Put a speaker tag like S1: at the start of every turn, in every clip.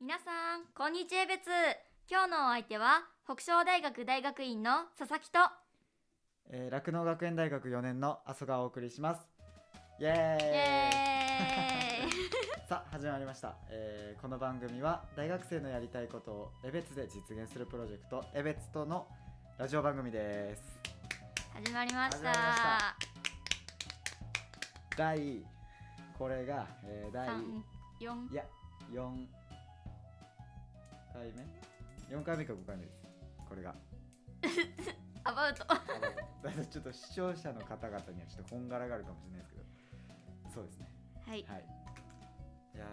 S1: 皆さんこんにちは別今日のお相手は北昇大学大学院の佐々木と
S2: えー、酪農学園大学4年の阿蘇がお送りしますイエ
S1: イ
S2: ーイ
S1: エーイ
S2: さあ始まりました、えーこの番組は大学生のやりたいことをエベツで実現するプロジェクトエベツとのラジオ番組です
S1: 始まりました
S2: 始まりました第これが、えー第
S1: 三四
S2: いや4回目4回目か5回目ですこれが
S1: アバウト
S2: あの だいぶちょっと視聴者の方々にはちょっとこんがらがるかもしれないですけどそうですね
S1: はい
S2: はい。いや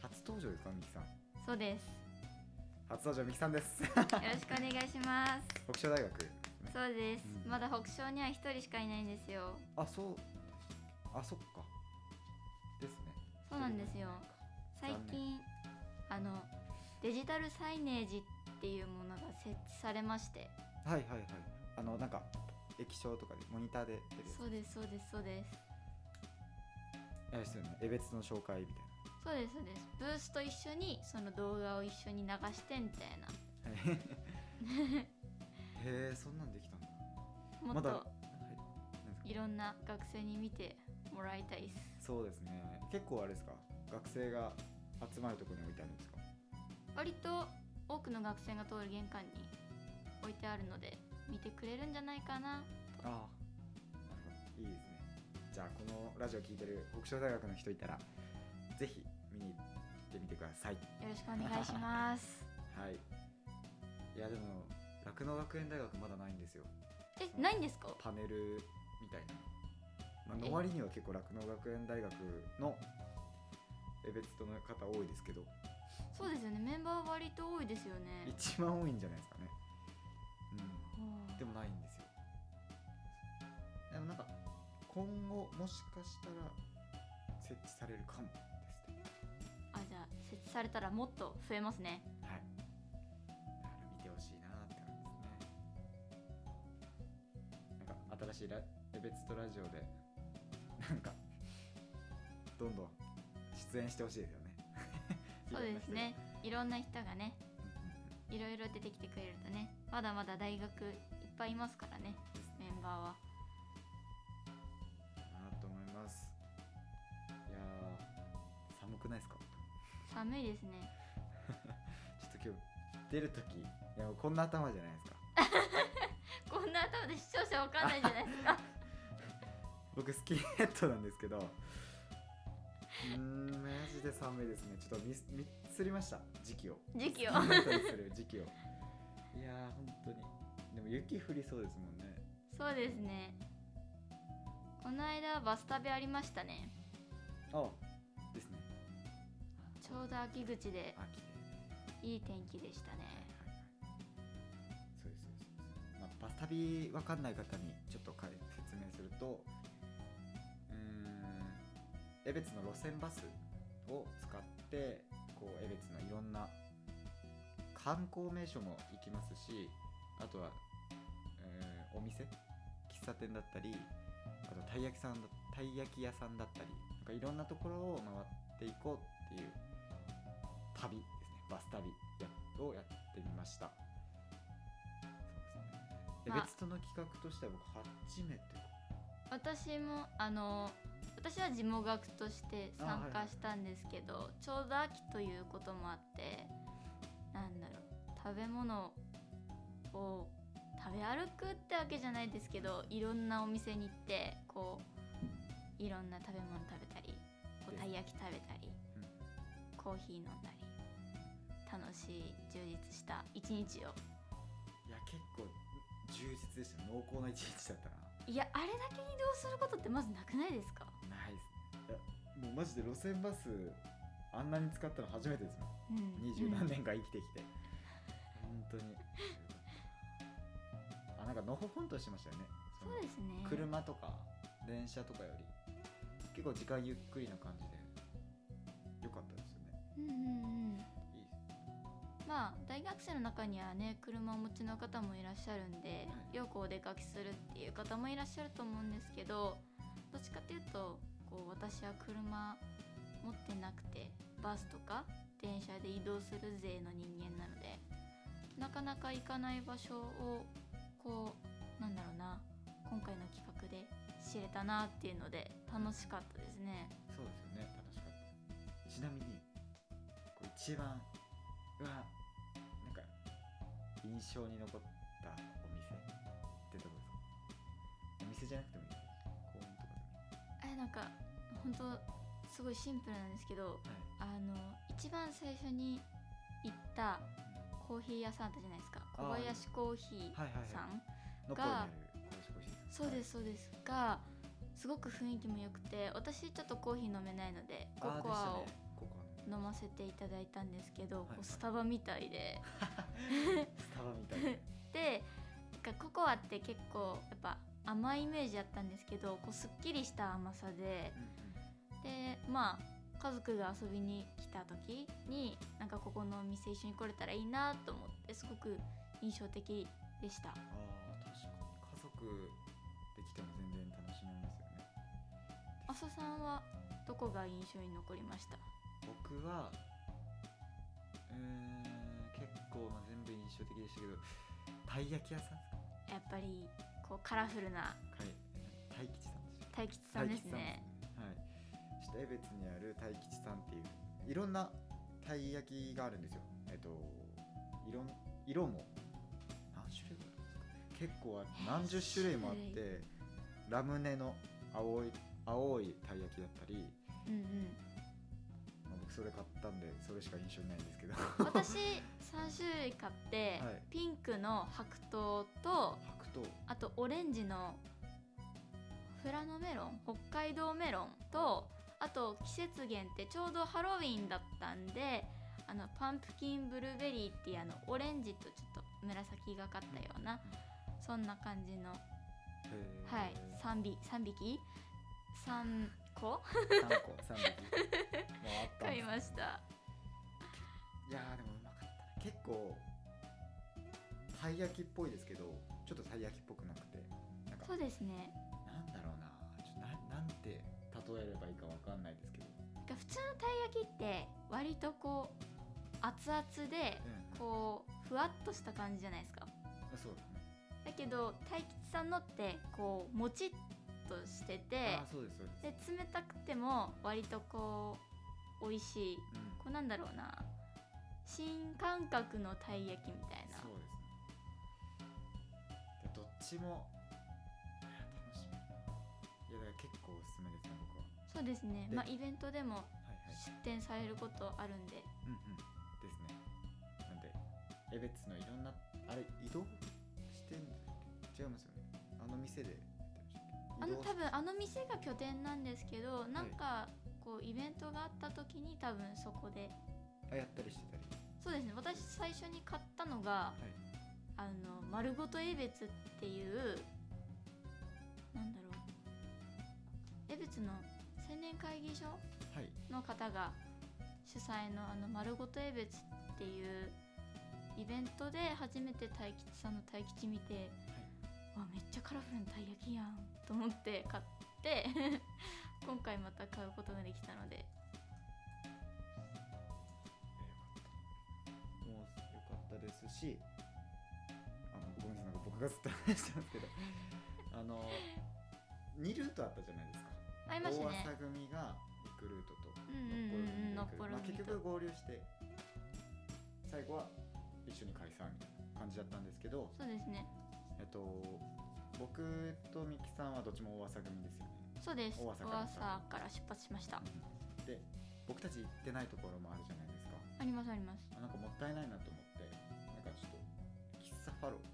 S2: ー初登場ですか、みきさん。
S1: そうです
S2: 初登場、みきさんです。
S1: よろしくお願いしま
S2: 北昇大学、ね。
S1: すそうです
S2: うん
S1: まだ北昇には一人しかいないんですよ
S2: あ、そう。あ、そっか。ですね。
S1: そうなんですよ最近あのデジタルサイネージっていうものが設置されまして
S2: はいはいはい。あの、なんか、液晶とかで、モニターで出るやつ。
S1: そうですそうですそうです
S2: あれですよね。えべつの紹介みたい
S1: そうですそうですブースと一緒にその動画を一緒に流してみたいな
S2: な。はい へえ、そんなんできたんだ。
S1: もっ
S2: まだ
S1: と
S2: はいなんですか
S1: いろんな学生に見てもらいたいです
S2: そうですね。結構あれですか。学生が集まるところに置いてあるんですか。
S1: 割と多くの学生が通る玄関に置いてあるので見てくれるんじゃないかな
S2: ああなるほどいいですねじゃあこのラジオ聞いてる北昇大学の人いたらぜひ見に行ってみてくださ
S1: よ
S2: い
S1: ろしくお願いします
S2: はいいやでも酪農学園大学まだないんですよ
S1: えないんですか
S2: パネルみたいな、ま
S1: え
S2: あの割には結構酪農学園大学のエベツトの方多いですけど
S1: そうですよねメンバーは割と多いですよね
S2: 一番多いんじゃないですかねうん
S1: うん
S2: でもないんですよでもなんか今後もしかしたら設置されるかもですね
S1: あじゃあ設置されたらもっと増えますね
S2: はいだから見てほしいなって感じですねなんか新しいラエベツとラジオでなんかどんどん出演してほしいですよ ね
S1: そうですねいろんな人がね
S2: いろんな人
S1: い
S2: にうんうんうん
S1: ろいろ出てきてくれるとねまだまだ大学いっぱいいますからね
S2: ですね
S1: メンバーは
S2: なと思いますいやー寒くないですか
S1: 寒いです ね
S2: ちょっと今日出るとき、いやもうこんな頭じゃないですか。
S1: こんな頭で視聴者わかんないじゃないですか
S2: 僕スキンヘッドなんですけど、うーんマジで寒いですね。ちょっとミスミスりました時期を。
S1: 時期を
S2: スキンヘッドにする時期を。いやー本当に。でも雪降りそうですもんね。
S1: そうですねこの間バス旅ありましたね
S2: あ、ですね。
S1: ちょうど秋口で
S2: 秋で。
S1: いい天気でしたね
S2: はいはいそうですそうですそうです。まあバス旅わかんない方にちょっと解説明すると、うーん、江別の路線バスを使ってこう江別のいろんな観光名所も行きますし、あとは、えーお店、喫茶店だったり、あとたい焼きさんだたい焼き屋さんだったり、なんかいろんなところを回っていこうっていう旅ですねバス旅やをやってみましたそうですね
S1: まあ
S2: エベツとの企画としては僕初めて
S1: 私もあの私は地元学として参加したんですけど、ちょうど秋ということもあってなんだろう食べ物を食べ歩くってわけじゃないですけどいろんなお店に行ってこういろんな食べ物食べたりこう
S2: で
S1: た
S2: す
S1: い焼き食べたり、
S2: うん
S1: コーヒー飲んだり楽しい充実した一日を
S2: いや結構充実でした濃厚な一日だった
S1: いやあれだけ移動することってまずなくないですか
S2: なないですねいやもうマジで路線バスあんなに使ったの初めてですも
S1: うん
S2: ん二十何年間生きてきて、本当にあなんかのほほんとしてましたよね
S1: そ
S2: の
S1: うですね
S2: 車とか電車とかより結構時間ゆっくりな感じで良かったですよね
S1: うんうんうん
S2: いい
S1: まあ大学生の中にはね車をお持ちの方もいらっしゃるんで、
S2: はい
S1: よくお出かけするっていう方もいらっしゃると思うんですけどどっちかっていうとこう私は車持ってなくてバスとか転車で移動する勢の人間なのでなかなか行かない場所をこうなんだろうな今回の企画で知れたなっていうので楽しかったですね
S2: そうですよね楽しかったちなみにこう一番うわなんか印象に残ったお店ってどこですかお店じゃなくてもいいです公
S1: え
S2: 園とか
S1: なんか本当すごいシンプルなんですけど
S2: でも
S1: あの一番最初に行ったコーヒー屋さんあったじゃないですか
S2: あ
S1: 小
S2: ー
S1: 林コーヒーさん、
S2: はいはいはいノッポにある少し
S1: そうですそうですがすごく雰囲気も良くて私ちょっとコーヒー飲めないのでココアを
S2: ココ
S1: 飲ませていただいたんですけど、
S2: はい
S1: こうスタバみたいで
S2: ア スタバみたいな
S1: でなんかココアって結構やっぱ甘いイメージだったんですけどこうすっきりした甘さで
S2: うんうん
S1: でまあ家族が遊びに来た時になんかここのお店一緒に来れたらいいなと思ってすごく印象的でした
S2: ああ確かに家族できても全然楽しめますよね
S1: 阿蘇さんはどこが印象に残りました
S2: 僕はうーん結構、まあ、全部印象的でしたけどたい焼き屋さんですか
S1: やっぱりこうカラフルな
S2: はい大吉さんでしたっ
S1: 大
S2: け
S1: 吉さんですね
S2: 大吉さんですねはいちょっと江別にある大吉さんっていういろんなたい焼きがあるんですよえっと色ん色も何種類ぐらいあるんですか結構ある
S1: えー
S2: 何十種類もあっ
S1: 種
S2: てラムネの青い青いたい焼きだったり
S1: うんうん
S2: まあ、僕それ買ったんでそれしか印象にないんですけど
S1: 私3種類買って、
S2: はい
S1: ピンクの白桃と
S2: 白桃
S1: あとオレンジのフラノメロン北海道メロンとあと季節限ってちょうどハロウィンだったんであのパンプキンブルーベリーっていうあのオレンジとちょっと紫がかったようなそんな感じの、はい、3, 匹3匹3個
S2: 3個3匹もうあったん
S1: 買
S2: で
S1: い
S2: す
S1: ました
S2: いやーでもうまかったな結構たい焼きっぽいですけどちょっとたい焼きっぽくなくてなんか
S1: そうですね
S2: なんだろうなちょっとななんて例えればいいかわかんないですけど、
S1: なんか普通のたい焼きって割とこう熱々で
S2: うん
S1: こうふわっとした感じじゃないですか
S2: そうですね
S1: だけど大吉さんのってこうもちっとしてて
S2: あーそうですそうです
S1: で冷たくても割とこう美味しい
S2: うん
S1: こうなんだろうな新感覚のたい焼きみたいな
S2: そうですねでどっちもいや楽しみだないやだから結構おすすめですね僕は
S1: そうですね
S2: で
S1: まあイベントでも
S2: はいはい
S1: 出店されることあるんで
S2: うんうんですねなんで江別のいろんなあれ移動してんだっけ違いますよねあの店でやってまし
S1: あの
S2: たっけ移動
S1: 多分あの店が拠点なんですけどなんかこうイベントがあった時に多分そこで
S2: あやったりしてたり
S1: そうですね私最初に買ったのが
S2: はい
S1: あの丸ごと江別っていうなんだろう江別の青年会議所
S2: はい
S1: の方が主催のあの丸ごと江別っていうイベントで初めて大吉さんの大吉見て、わめっちゃカラフルなたい焼きやんと思って買って 今回また買うことができたので
S2: もうよかったですしあのごめんなさいなんか僕がずっと話してますけ どあの2ルートあったじゃないですか
S1: ありましたね
S2: 大浅組が行くルートと
S1: うんうんうん
S2: の
S1: のっ
S2: っぽ
S1: ぽ
S2: ろ
S1: ろ
S2: みと
S1: み
S2: 結
S1: と
S2: 局合流して最後は一緒に解散みたいな感じだったんですけど
S1: そうですね
S2: えっと僕とミキさんはどっちも大浅組ですよね
S1: そうです
S2: 大
S1: 大
S2: 朝
S1: 朝
S2: から
S1: から出発しました
S2: で僕たち行ってないところもあるじゃないですか
S1: ありますあります
S2: あなんかもったいないなと思ってなんかちょっと喫茶ファロフ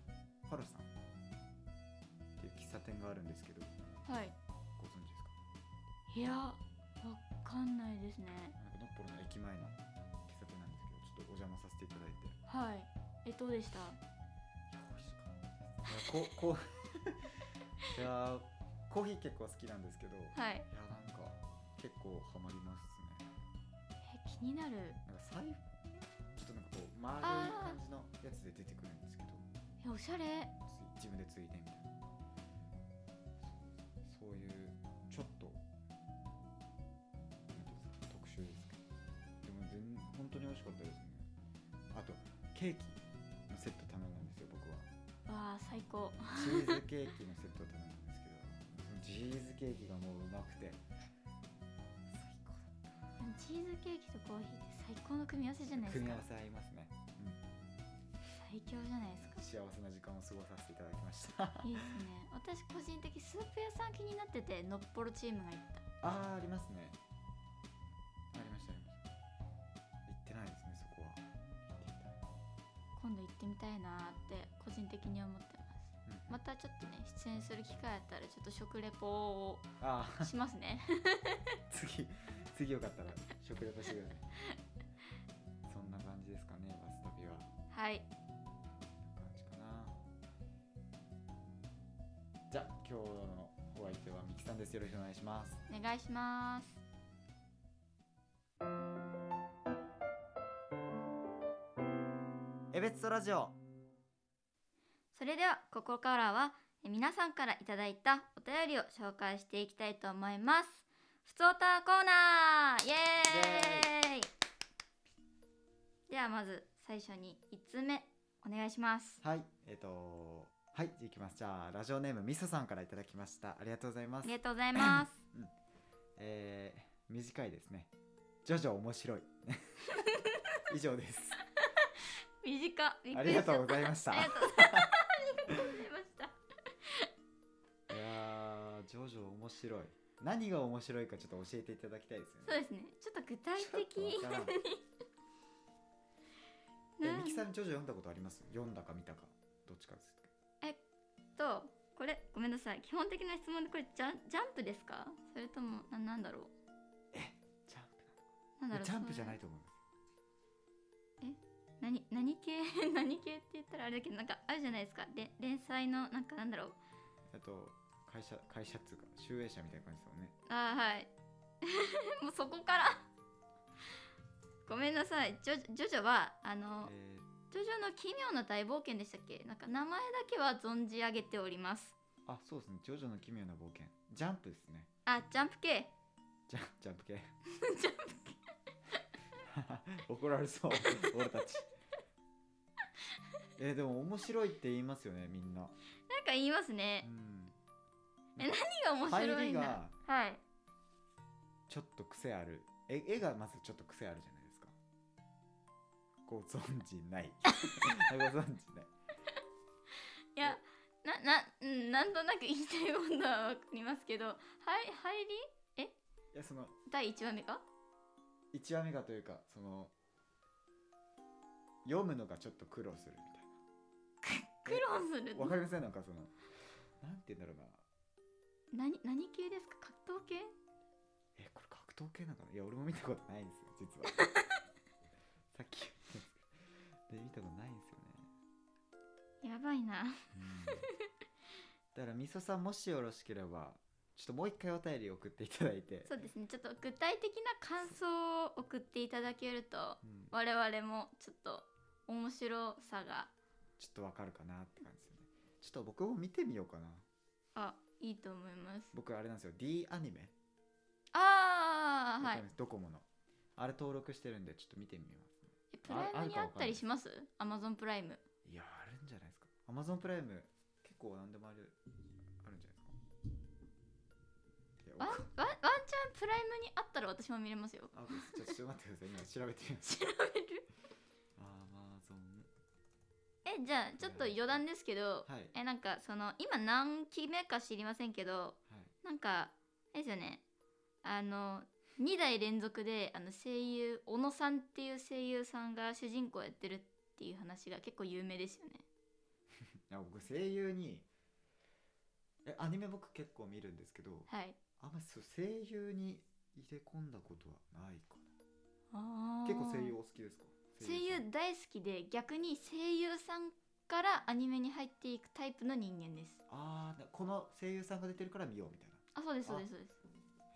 S2: ァロさんっていう喫茶店があるんですけど
S1: はい
S2: ご存知ですか
S1: いやわかんないですね
S2: なんかのっぽろの駅前の喫茶店なんですけどちょっとお邪魔させていただいて
S1: はいえどうでした
S2: いやここ いやーコーヒー結構好きなんですけど、い、
S1: はい
S2: やなんか結構ハマりますね
S1: え気になる
S2: なんかサイちょっとなんかこう丸い感じのやつで出てくるんですけど
S1: えおしゃれ
S2: つい自分でついてみたいなそういうちょっとなんていうんですか特集ですけどでも全本当に美味しかケーキのセット頼んだんですよ僕は
S1: わあ最高
S2: チーズケーキのセットを頼んだんですけどそのチーズケーキがもううまくて最高
S1: でもチーズケーキとコーヒーって最高の組み合わせじゃないです
S2: 組み
S1: か
S2: 合わせ合いますね、う
S1: 最
S2: ん、
S1: 強じゃないですか
S2: 幸せな時間を過ごさせていただきました
S1: いいですね私個人的スープ屋さん気になっててのっぽろチームが行った
S2: あーありますねありましたありました行ってないですねそこは行ってみたい
S1: 今度行ってみたいなーって個人的には思ってます
S2: うんう
S1: ま
S2: ん
S1: たちょっとね出演する機会あったらちょっと食レポを
S2: ああ
S1: します ね
S2: 次次よかったら食レポしてください そんな感じですかねバス旅は
S1: はい
S2: 感じかなじゃあ今日のお相手はみきさんですよろしくお願いします
S1: お願いします
S2: エベツトラジオ
S1: それではここからはえー皆さんからいただいたお便りを紹介していきたいと思いますふつおたコーナーイエーイではまず最初に1つ目お願いします
S2: はいえっ、とはいじゃあいきますじゃあラジオネームみそさんからいただきましたありがとうございま
S1: あ
S2: す
S1: りがとうございます
S2: えー、短いですねジョジョ面白い 以上です
S1: 短っびっ
S2: あ
S1: く
S2: り
S1: し
S2: が
S1: た
S2: とうございました
S1: あ
S2: い
S1: り
S2: や
S1: がとうございますありがとうございました
S2: ージョジョ面白い何が面白いかちょっと教えていただきたいですよね
S1: そうですねちょっと具体的
S2: ちょっとわからんえ
S1: なん
S2: ミキさんジョジョ読んだことあります読んだか見たかどっちかです
S1: とこれごめんなさい基本的な質問でこれジャンジャンプですかそれともななんだろ
S2: ジャンプ
S1: うなんだろう
S2: ジャンプじゃないいと思います
S1: 何何系 何系って言ったらあれだけどなんかあるじゃないですかで連載のなんかなんだろう
S2: えっと会社会社っつうか集英社みたいな感じですよね
S1: あーはい もうそこから ごめんなさいジョジョジョはあの
S2: え
S1: ジョジョの奇妙な大冒険でしたっけなんか名前だけは存じ上げております
S2: ー、あそうですねジョジョの奇妙な冒険ジャンプですね
S1: あジャンプ系
S2: ジャンジャンプ系
S1: ジャンプ
S2: 怒られそう俺たちえー、でも面白いって言いますよねみんな
S1: なんか言います
S2: う
S1: ね
S2: ん
S1: 何が面白
S2: 入
S1: い
S2: り
S1: んだ
S2: が
S1: はい
S2: ちょっと癖あるえ絵がまずちょっと癖あるじゃないですかご存知ない ご存知ない
S1: いやななうんなんとなく言いたいことはわかりますけどはい入り
S2: いやその
S1: 第1話目か
S2: 1話目がというかその読むのがちょっと苦労するみたいな
S1: 苦労する
S2: わかりませんなんかそのなんて言うんだろうな
S1: 何何系ですか格闘系
S2: えこれ格闘系なのかないや俺も見たことないんですよ実は さっき言ったんですけどで見たことないんですよね
S1: やばい な
S2: うんだからみそさんもしよろしければちょっともう一回お便り送っていただいて
S1: そうですねちょっと具体的な感想を送っていただけると
S2: うん、
S1: 我々もちょっと面白さが
S2: ちょっとわかるかなって感じですよねちょっと僕も見てみようかな
S1: あいいと思います
S2: 僕あれなんですよ D アニメ
S1: ああ
S2: わ
S1: は
S2: かり
S1: い
S2: ますドコモのあれ登録してるんでちょっと見てみますね
S1: えプライムにあったりしますアマゾンプライム
S2: いやあるんじゃないですかアマゾンプライム結構何でもあるあるんじゃないですか
S1: ワン
S2: い
S1: ワ
S2: や
S1: ンワンチャンプライムにあったら私も見れますよ
S2: あちょちょっと待ってください今調べてみます
S1: 調べる
S2: アマゾン
S1: えじゃあちょっと余談ですけど
S2: はい
S1: えなんかその今何期目か知りませんけど
S2: はい
S1: なんかあれですよねあの2代連続であの声優小野さんっていう声優さんが主人公やってるっていう話が結構有名ですよね
S2: いや僕声優にえアニメ僕結構見るんですけど
S1: はい
S2: あんまそう声優に入れ込んだことはないか
S1: あ
S2: な
S1: ー
S2: 結構声優お好きですか
S1: 声優大好きで逆に声優さんからアニメに入っていくタイプの人間です
S2: ああこの声優さんが出てるから見ようみたいな
S1: あそうですそうですそうです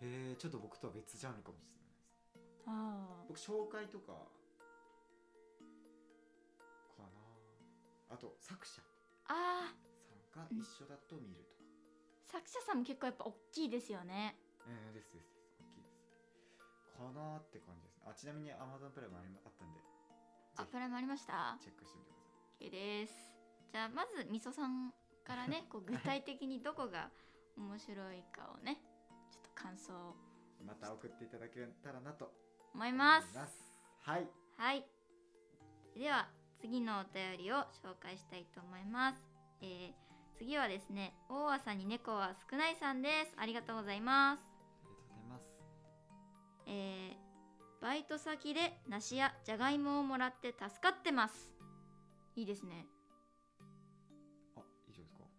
S2: へえちょっと僕とは別ジャンルかもしれないです
S1: あ
S2: 僕紹介とかかなあと作者
S1: あ
S2: さんが一緒だと見るとか、
S1: ー作者さんも結構やっぱ大きいですよね
S2: えー、ですですです大きいですかなーって感じですねあちなみに Amazon プライムありまあったんで
S1: あプライムありました
S2: チェックしてみてください
S1: OK ですじゃあまずみそさんから ねこう具体的にどこが面白いかをねちょっと感想を
S2: また送っていただけたらなと
S1: 思い
S2: 思い
S1: ます
S2: はい
S1: はいでは次のお便りを紹介したいと思います、えー次はですね大和さんに猫は少ないさんですありがとうございます
S2: ありがとうございます
S1: えーバイト先で梨やじゃがいもをもらって助かってますいいですね
S2: あ以上ですか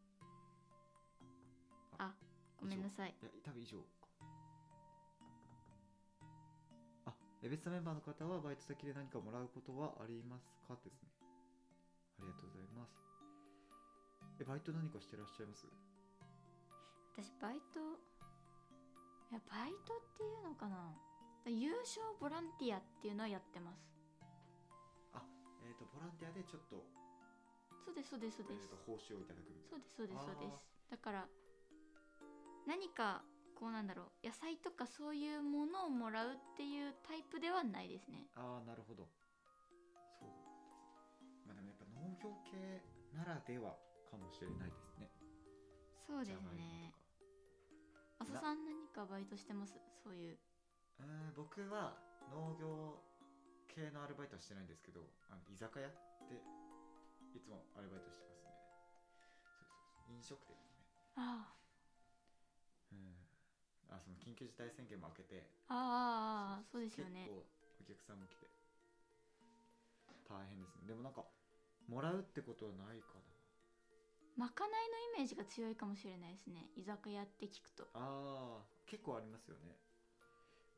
S1: ごめんなさい
S2: いや多分以上あエベスメンバーの方はバイト先で何かもらうことはありますかですねありがとうございますえバイト何かしてらっしゃいます
S1: 私バイトいやバイトっていうのかな優勝ボランティアっていうのはやってます
S2: えっ、とボランティアでちょっと,、
S1: そうですそうですそう
S2: え
S1: です
S2: ー、と報酬をいただくみた
S1: そ
S2: いう
S1: ですそうですそうで
S2: あ
S1: すだから何かこうなんだろう野菜とかそういうものをもらうっていうタイプではないですね
S2: なああなるほどそうまあでもやっぱ農業系ならではかもしれないですね
S1: そうです
S2: じゃがいも
S1: ね
S2: とか
S1: 阿蘇さん何かバイトしてますそういう
S2: うーん僕は農業系のアルバイトはしてないんですけどあの居酒屋でいつもアルバイトしてますねそうそうそう飲食店ですね
S1: あ
S2: うんあその緊急事態宣言も明けて
S1: あああそうですよね
S2: 結構お客さんも来て大変ですねでもなんかもらうってことはないかな
S1: まかないのイメージが強いかもしれないですね居酒屋って聞くと
S2: あー結構ありますよね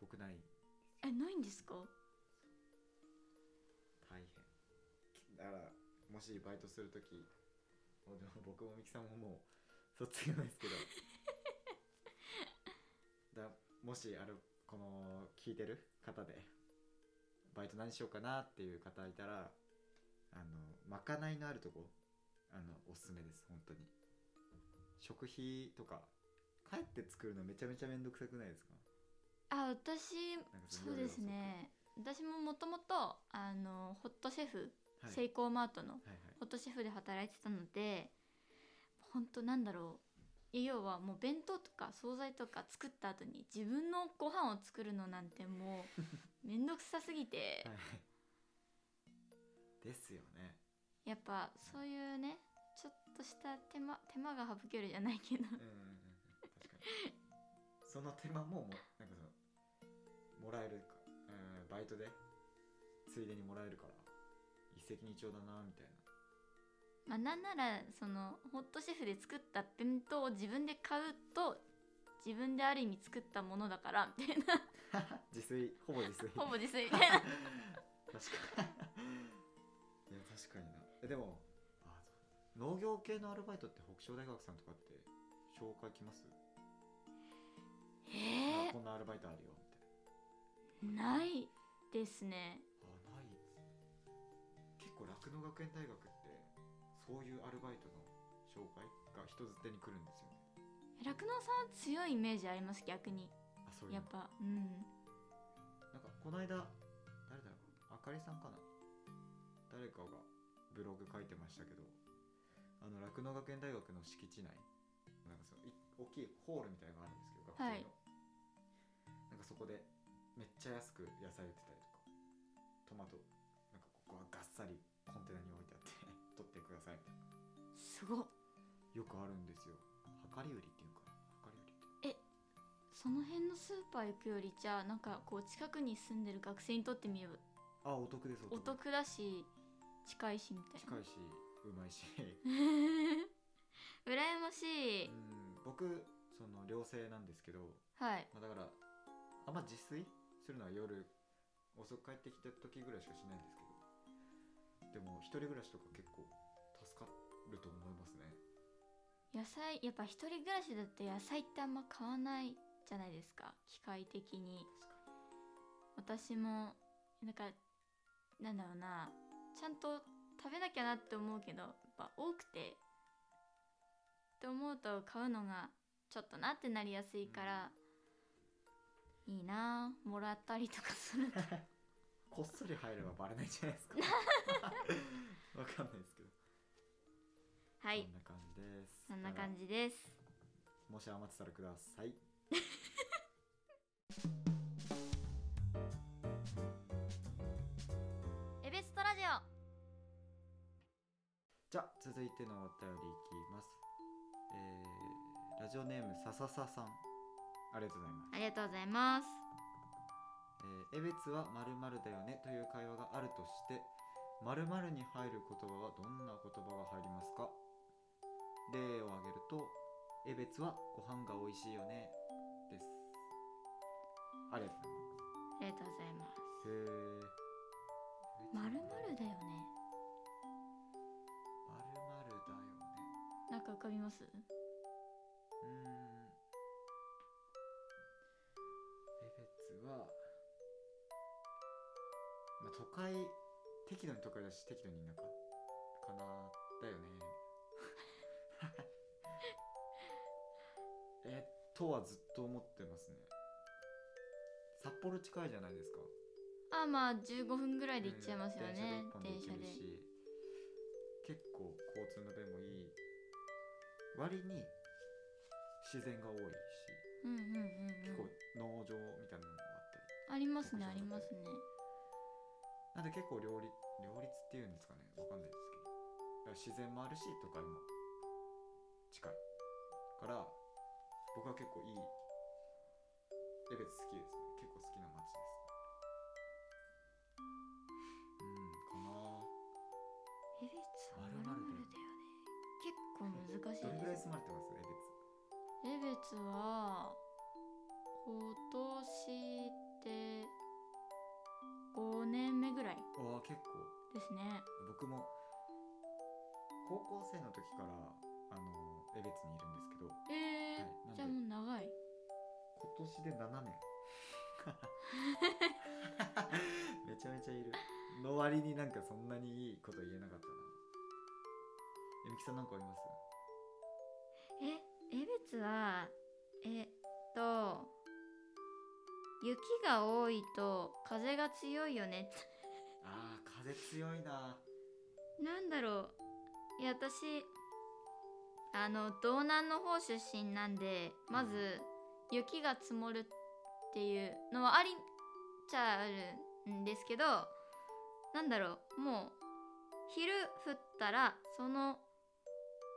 S2: 僕ない
S1: えないんですか
S2: 大変だからもしバイトする時もうでも僕もミキさんももう卒業ですけ どだもしあるこの聞いてる方でバイト何しようかなっていう方いたらあのまかないのあるとこあのおすすめです本当に食費とか帰って作るのめちゃめちゃめんどくさくないですか
S1: あ私
S2: なんか
S1: そうですね私ももともとあのホットシェフ、
S2: はい、
S1: セイコーマートの
S2: はいはい
S1: ホットシェフで働いてたので本当なんだろういや要はもう弁当とか惣菜とか作った後に自分のご飯を作るのなんても うめんどくさすぎて
S2: はい、ですよね
S1: やっぱそういうねちょっとした手間手間が省けるじゃないけど
S2: うんうんうんうん確かにその手間ももなんかそのもらえるか、うん、バイトでついでにもらえるから一石二鳥だなみたいな
S1: まあなんならそのホットシェフで作った弁当を自分で買うと自分である意味作ったものだからみたいな
S2: 自炊ほぼ自炊
S1: ほぼ自炊みたい
S2: 確
S1: な
S2: かにいや確かになえでもあそう農業系のアルバイトって北昇大学さんとかって紹介来ます、あ
S1: え
S2: こんなアルバイトあるよみたいな
S1: ー、ないですね
S2: あないですね結構酪農学園大学ってそういうアルバイトの紹介が人づてに来るんですよね
S1: 酪農さんは強いイメージあります逆に
S2: あそういう
S1: やっ
S2: の
S1: ぱうん
S2: なんかこの間誰だろうあかりさんかな誰かがブログ書いてましたけどあの酪農学園大学の敷地内なんかそのい大きいホールみたいなのがあるんですけど学
S1: はい
S2: 生の、なんかそこでめっちゃ安く野菜売ってたりとかトマトなんかここはがっさりコンテナに置いてあって 取ってくださいみたいな
S1: すごっ
S2: よくあるんですよ量り売りっていうのかな量り売りって
S1: その辺のスーパー行くよりじゃあなんかこう近くに住んでる学生にとってみれば
S2: あお得です
S1: お得だし近いしみたいな
S2: 近いしうまいし
S1: 羨まし
S2: う
S1: い
S2: ん僕その寮生なんですけど、
S1: はい
S2: まあ、だからあんま自炊するのは夜遅く帰ってきた時ぐらいしかしないんですけどでも一人暮らしとか結構助かると思いますね
S1: 野菜やっぱ一人暮らしだって野菜ってあんま買わないじゃないですか機械的に私もなんかなんだろうなちゃんと食べなきゃなって思うけどやっぱ多くてって思うと買うのがちょっとなってなりやすいから、いいなあもらったりとかすると
S2: 確こっそり入ればバレないんじゃない ですかわかんないですけど、
S1: はい
S2: こんな感じです
S1: そんな感じです
S2: もし余ってたらください
S1: エベストラジオ
S2: じゃあ続いてのお便りいきますえー、ラジオネームささささんありがとうございま
S1: あ
S2: す
S1: りがとうございます
S2: えー、エベツは〇〇だよねという会話があるとして〇〇に入る言葉はどんな言葉が入りますか例を挙げるとエベツはご飯が美味しいよねですありがとうございま
S1: ありがとうございます
S2: すへえ
S1: まるまるだよね
S2: まるまるだよね
S1: なんか浮かびます
S2: うーんエベツは、まあ、都会適度に都会だし適度に田舎かなだよね えとはずっと思ってますね札幌近いじゃないですか
S1: あまあ15分ぐらいで行っちゃいますよね
S2: うん電
S1: 電
S2: 車
S1: 車
S2: で
S1: で
S2: 一本で行けるし結構交通の便もいい割に自然が多いし
S1: うんうんうん
S2: 結
S1: う
S2: 構
S1: ん
S2: 農場みたいなのもあったり、
S1: ありますね
S2: 牧場
S1: ありますね
S2: なんで結構両立両立っていうんですかねわかんないですけどだから自然もあるし都会も近いから僕は結構いい江別好きですね結構好きな街ですうんかな
S1: エベツはまるまるだよね結構難しい
S2: どれぐらい
S1: です
S2: 住まれてます江別
S1: レベツは今年で5年目ぐらい
S2: ああ結構
S1: ですね
S2: 僕も高校生の時からあの江別にいるんですけど
S1: えー
S2: はい
S1: じゃあもう長い
S2: 今年で7年 めちゃめちゃいるの割になんかそんなにいいこと言えなかったなえみきさんなんかあります
S1: えエベツはえっと雪が多いと風が強いよね
S2: あー風強いな
S1: なんだろういや私あの道南の方出身なんでまず雪が積もるっていうのはありっちゃあるんですけどなんだろうもう昼降ったらその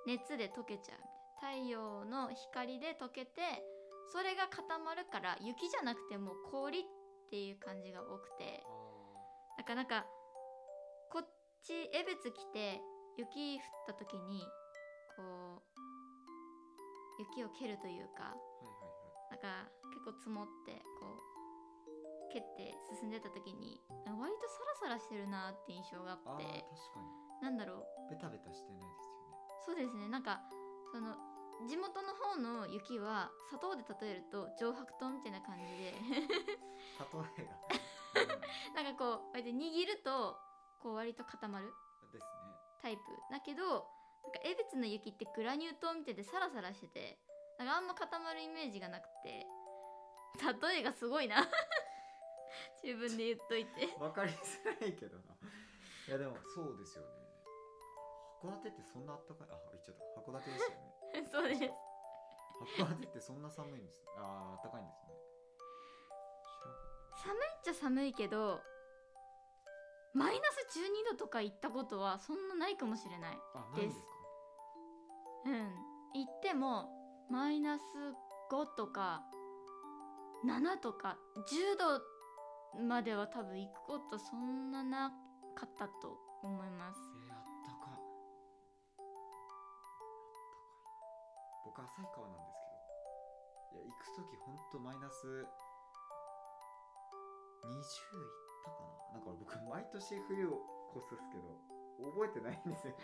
S1: 熱で溶けちゃう太陽の光で溶けてそれが固まるから雪じゃなくてもう氷っていう感じが多くて
S2: あ
S1: な
S2: ー
S1: んかなんかこっち江別来て雪降った時にこう雪を蹴るというか
S2: はいはい
S1: な
S2: はい
S1: んか結構積もってこう蹴って進んでた時にあ割とサラサラしてるなって印象があ
S2: あ
S1: っ
S2: ー
S1: て
S2: 確かに
S1: なんだろう
S2: ベタベタしてないです
S1: そう
S2: よね
S1: ですねなんかその地元の方の雪は砂糖で例えると上白糖みたいな感じで
S2: 例えが、
S1: なんかこう割と握るとこう割と固まる
S2: うん、ですね
S1: タイプだけどなんか江別の雪ってグラニュー糖みたいでサラサラしててなんかあんま固まるイメージがなくて例えがすごいな 自分で言っといて
S2: わかりづらいけどな。いやでもそうですよね。函館ってそんなあったかいあ言っちゃった函館でしたよね。
S1: そうです
S2: 函館ってそんな寒いんですね。あああったかいんですね。知らん
S1: 寒いっちゃ寒いけどマイナス12度とか行ったことはそんなないかもしれない
S2: あないんですか。
S1: うん行ってもマイナス5とか7とか10度までは多分行くことそんななかったと思います
S2: えー、あったかい。あったかい。僕旭川なんですけど、いや行く時ほんとマイナス20いったかな。なんか僕毎年冬を越すっすけど覚えてないんですよね。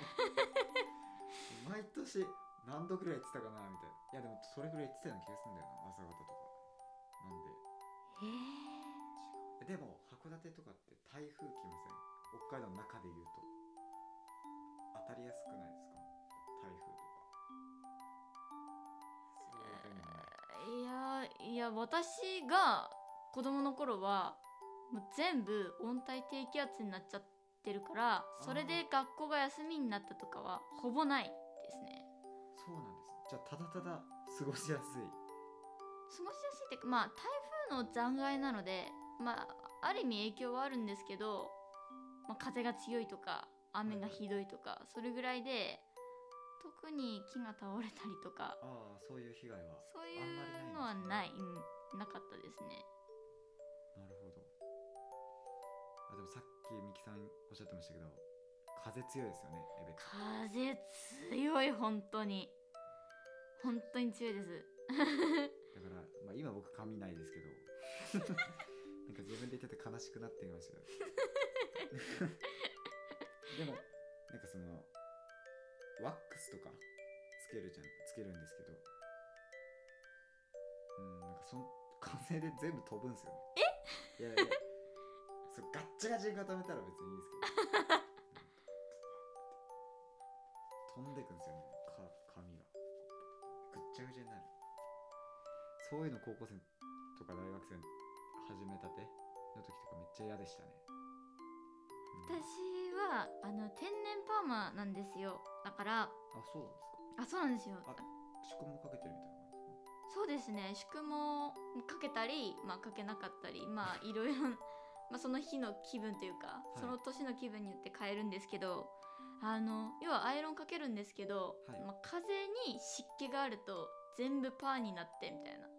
S2: 毎年何度ぐらい行ってたかなみたいな。いやでもそれぐらい行ってたような気がするんだよな朝方とか。なんで。
S1: え
S2: でも函館とかって台風来ません北海道の中で言うと当たりやすくないですか台風とかそうでもない
S1: いやいや私が子供の頃はもう全部温帯低気圧になっちゃってるからそれで学校が休みになったとかはほぼないですね
S2: そうなんですじゃあただただ過ごしやすい
S1: 過ごしやすいっていうかまあ台風の残骸なのでまあある意味影響はあるんですけど、まあ、風が強いとか雨がひどいとか、それぐらいで特に木が倒れたりとか
S2: ああそういう被害は
S1: そう
S2: あん
S1: い
S2: まり
S1: うのは
S2: な
S1: ないい
S2: んで
S1: うん、なかったですね
S2: すねなるほどあでもさっきみきさんおっしゃってましたけど風強いですよねエベック
S1: 風強い本当に本当に強いです
S2: だから、まあ、今僕髪ないですけど なんか自分で言ってて悲しくなってきましたでもなんかそのワックスとかつけるじゃんつけるんですけどうんなんかその風で全部飛ぶんですよねえいやいやそうガッチガチに固めたら別にいいですけど 飛んでくんですよねか髪がぐっちゃぐちゃになるそういうの高校生とか大学生始めたての時とかめっちゃ嫌でしたね。
S1: 私
S2: うん
S1: はあの天然パーマなんですよだから
S2: あ、そうなんです
S1: あそうなんですよ
S2: あか。宿もかけてるみたいな感
S1: そうですね宿毛かけたり、まあ、かけなかったりまあいろ いろまあその日の気分というか、
S2: い
S1: その年の気分によって変えるんですけどあの要はアイロンかけるんですけど、
S2: はい
S1: まあ、風に湿気があると全部パーになってみたいな。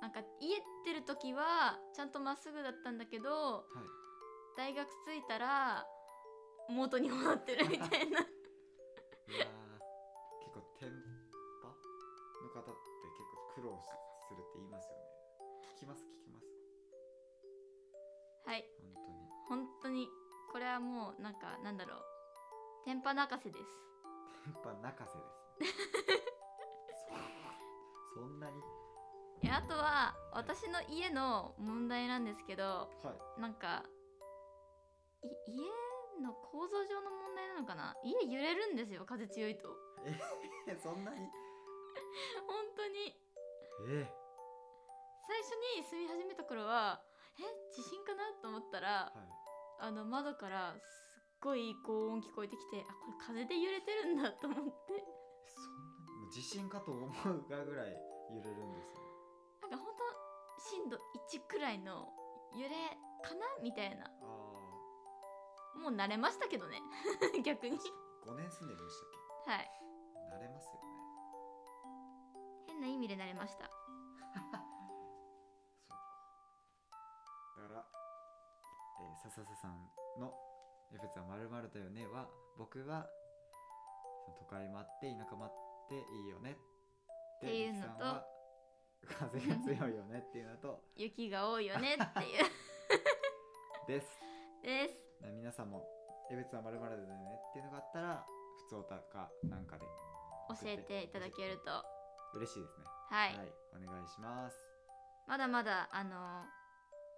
S1: なんか家ってる時はちゃんとまっすぐだったんだけど
S2: じ。はい。
S1: 大学着いたら元に戻ってるみたい な
S2: いやー結構テンパの方って結構苦労するって言いますよね。聞きます聞きます。
S1: はい
S2: 本当に。
S1: 本当にこれはもうなんかなんだろう天パ泣かせです
S2: テンパ泣かせです。そそんなに。
S1: いやあとは私の家の問題なんですけど
S2: はい。
S1: なんかい家の構造上の問題なのかな家揺れるんですよ風強いと
S2: えそんなに。
S1: 本当に
S2: ええ
S1: 最初に住み始めた頃はえ地震かなと思ったら
S2: はい。
S1: あの窓からすっごい高音聞こえてきてあこれ風で揺れてるんだと思って
S2: そんなにもう地震かと思うがぐらい揺れるんですよ。
S1: なんかほんと震度1くらいの揺れかなみたいな
S2: ああ
S1: もう慣れましたけどね 逆に
S2: 5年住んでるんでしたっ
S1: はい
S2: け慣れますよね
S1: 変な意味で慣れました
S2: そうかだから、えー、笹ささんの「エフェツはまるだよね」は僕はその都会もあって田舎もあっていいよねって
S1: っていうのと
S2: ミキさんは風が強いよねっていうのと
S1: 雪が多いよねって いう
S2: です
S1: です
S2: な皆さんも「エフェツはまるだよね」っていうのがあったら普通おたかなんかで
S1: 教えていただけると
S2: 嬉しいですね
S1: はい、
S2: はい、お願いします
S1: まだまだあの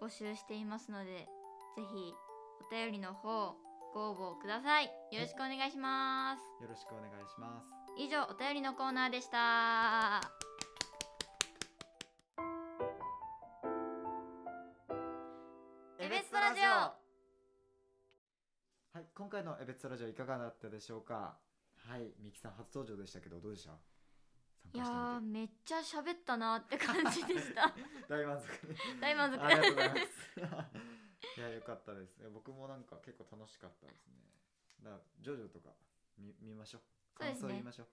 S1: 募集していますのでぜひお便りの方ご応募くださいよろしくお願いします、
S2: よろしくお願いします
S1: 以上お便りのコーナーでしたエベツトラジオ
S2: はい、今回のエベツトラジオいかがだったでしょうかはい、みきさん初登場でしたけどどうでした
S1: い
S2: 参
S1: や
S2: 加
S1: ー
S2: して
S1: めっちゃ喋ったなーって感じでした
S2: みて大満足
S1: 大満足
S2: ありがとうございます いや、よかったですいや僕もなんか結構楽しかったですねだからジョジョとか見見ましょう
S1: そう
S2: 感
S1: ですね
S2: 想言いましょう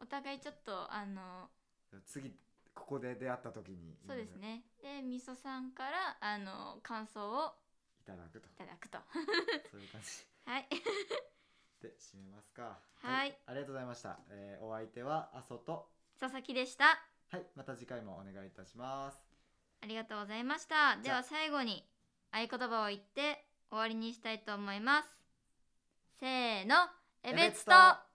S1: お互いちょっとあの
S2: 次ここで出会った時に
S1: そうですねでみそさんからあの感想を
S2: いただくと
S1: いただくと
S2: そういう感じ
S1: はい
S2: で締めますか
S1: はい
S2: ありがとうございました、えーお相手はあそと
S1: 佐々木でした
S2: はいまた次回もお願いいたします
S1: ありがとうございましたで
S2: じゃあ
S1: は最後に合言葉を言って終わりにしたいと思いますせーのエベツと